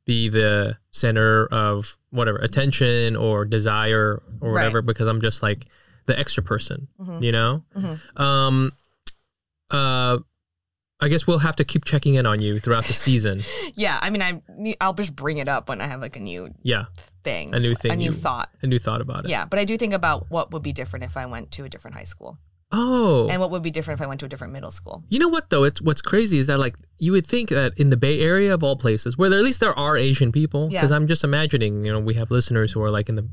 B: be the center of whatever attention or desire or
A: Right. Mm-hmm.
B: whatever because I'm just like the extra person. You know. Um. Uh. I guess we'll have to keep checking in on you throughout the season.
A: Yeah. I mean, I ne- I'll just bring it up when I have like a new
B: Yeah,
A: thing,
B: A new thing
A: a new
B: you-
A: thought.
B: a new thought about it.
A: Yeah, but I do think about what would be different if I went to a different high school,
B: Oh,
A: and what would be different if I went to a different middle school.
B: You know what though? It's what's crazy is that like you would think that in the Bay Area of all places, where there, at least there are Asian people, because
A: Yeah.
B: I'm just imagining, you know, we have listeners who are like in the,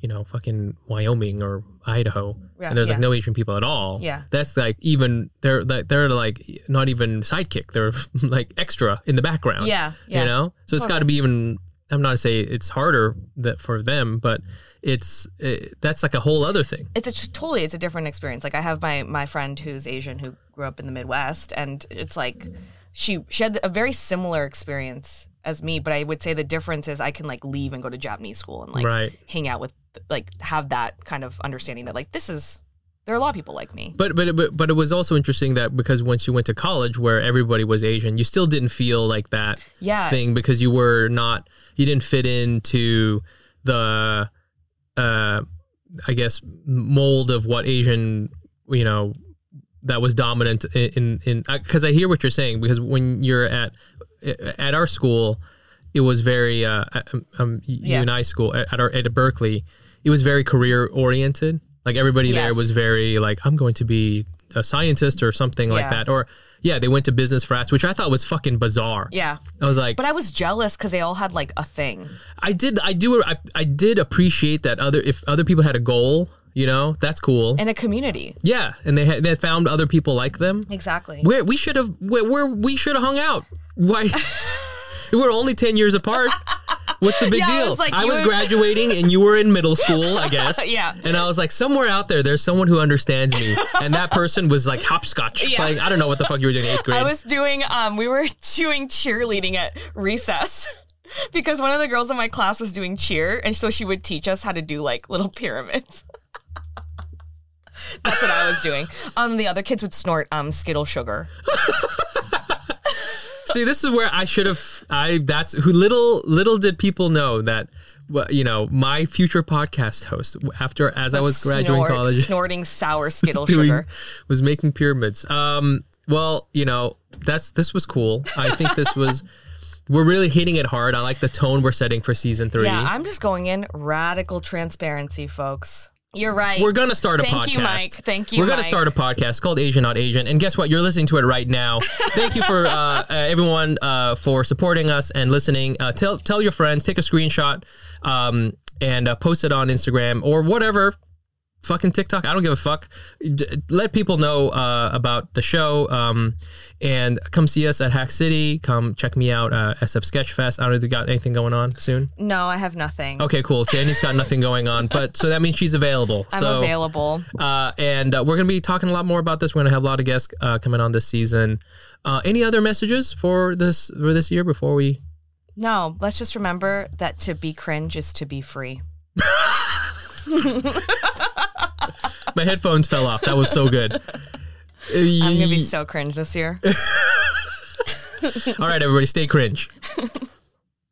B: you know, fucking Wyoming or Idaho,
A: Yeah,
B: and there's
A: yeah.
B: like no Asian people at all.
A: Yeah.
B: that's like even they're like they're like not even sidekick; they're like extra in the background.
A: Yeah, yeah.
B: you know, so it's got to be even. I'm not to say it's harder that for them, but it's it, that's like a whole other thing.
A: it's a, totally it's a different experience. Like I have my my friend who's Asian who grew up in the Midwest, and it's like she she had a very similar experience as me, but I would say the difference is I can like leave and go to Japanese school and like
B: Right.
A: hang out with like have that kind of understanding that like this is there are a lot of people like me.
B: But but but but it was also interesting that because once you went to college where everybody was Asian, you still didn't feel like that
A: Yeah.
B: thing because you were not you didn't fit into the uh I guess mold of what Asian you know that was dominant in in because I hear what you're saying because when you're at at our school it was very uh um, um, you
A: Yeah.
B: and I school at, at our at Berkeley it was very career oriented like everybody there
A: Yes.
B: was very like I'm going to be a scientist or something like
A: Yeah.
B: that or yeah they went to business frats which I thought was fucking bizarre
A: Yeah.
B: I was like
A: But I was jealous because they all had like a thing.
B: I did I do I, I did appreciate that other if other people had a goal you know that's cool
A: And a community.
B: yeah and they had they found other people like them
A: Exactly.
B: where we should have where, where we should have hung out why we're only 10 years apart what's the big
A: Yeah, I
B: deal
A: was like, you were-
B: graduating and you were in middle school i guess
A: Yeah.
B: and i was like somewhere out there there's someone who understands me and that person was like hopscotch
A: Yeah.
B: playing i don't know what the fuck you were doing in eighth grade
A: I was doing um we were doing cheerleading at recess because one of the girls in my class was doing cheer and so she would teach us how to do like little pyramids. That's what I was doing. Um the other kids would snort um Skittle sugar.
B: See, this is where I should have. I that's who little little did people know that. well, You know, my future podcast host after as I was graduating
A: Snort-
B: college
A: Snorting sour Skittle
B: doing-
A: sugar.
B: was making pyramids. Um, well, you know, that's this was cool. I think this was. We're really hitting it hard. I like the tone we're setting for season three.
A: Yeah, I'm just going in radical transparency, folks. You're right.
B: we're gonna start a podcast.
A: Thank you, Mike. Thank you,
B: We're gonna
A: Mike.
B: start a podcast called Asian Not Asian, and guess what? You're listening to it right now. Thank you for uh, uh, everyone uh, for supporting us and listening. Uh, tell tell your friends, take a screenshot, um, and uh, post it on Instagram or whatever. Fucking TikTok. I don't give a fuck. D- let people know uh, about the show um, and come see us at Hack City. Come check me out uh, SF Sketchfest. I don't know if you got anything going on soon.
A: no, I have nothing.
B: Okay, cool. Jenny's got nothing going on, but so that means she's available.
A: I'm
B: so
A: available.
B: uh, and uh, we're going to be talking a lot more about this. We're going to have a lot of guests uh, coming on this season. Uh, any other messages for this for this year before we?
A: No, let's just remember that to be cringe is to be free.
B: My headphones fell off. That was so good.
A: I'm gonna be so cringe this year.
B: All right, everybody, stay cringe.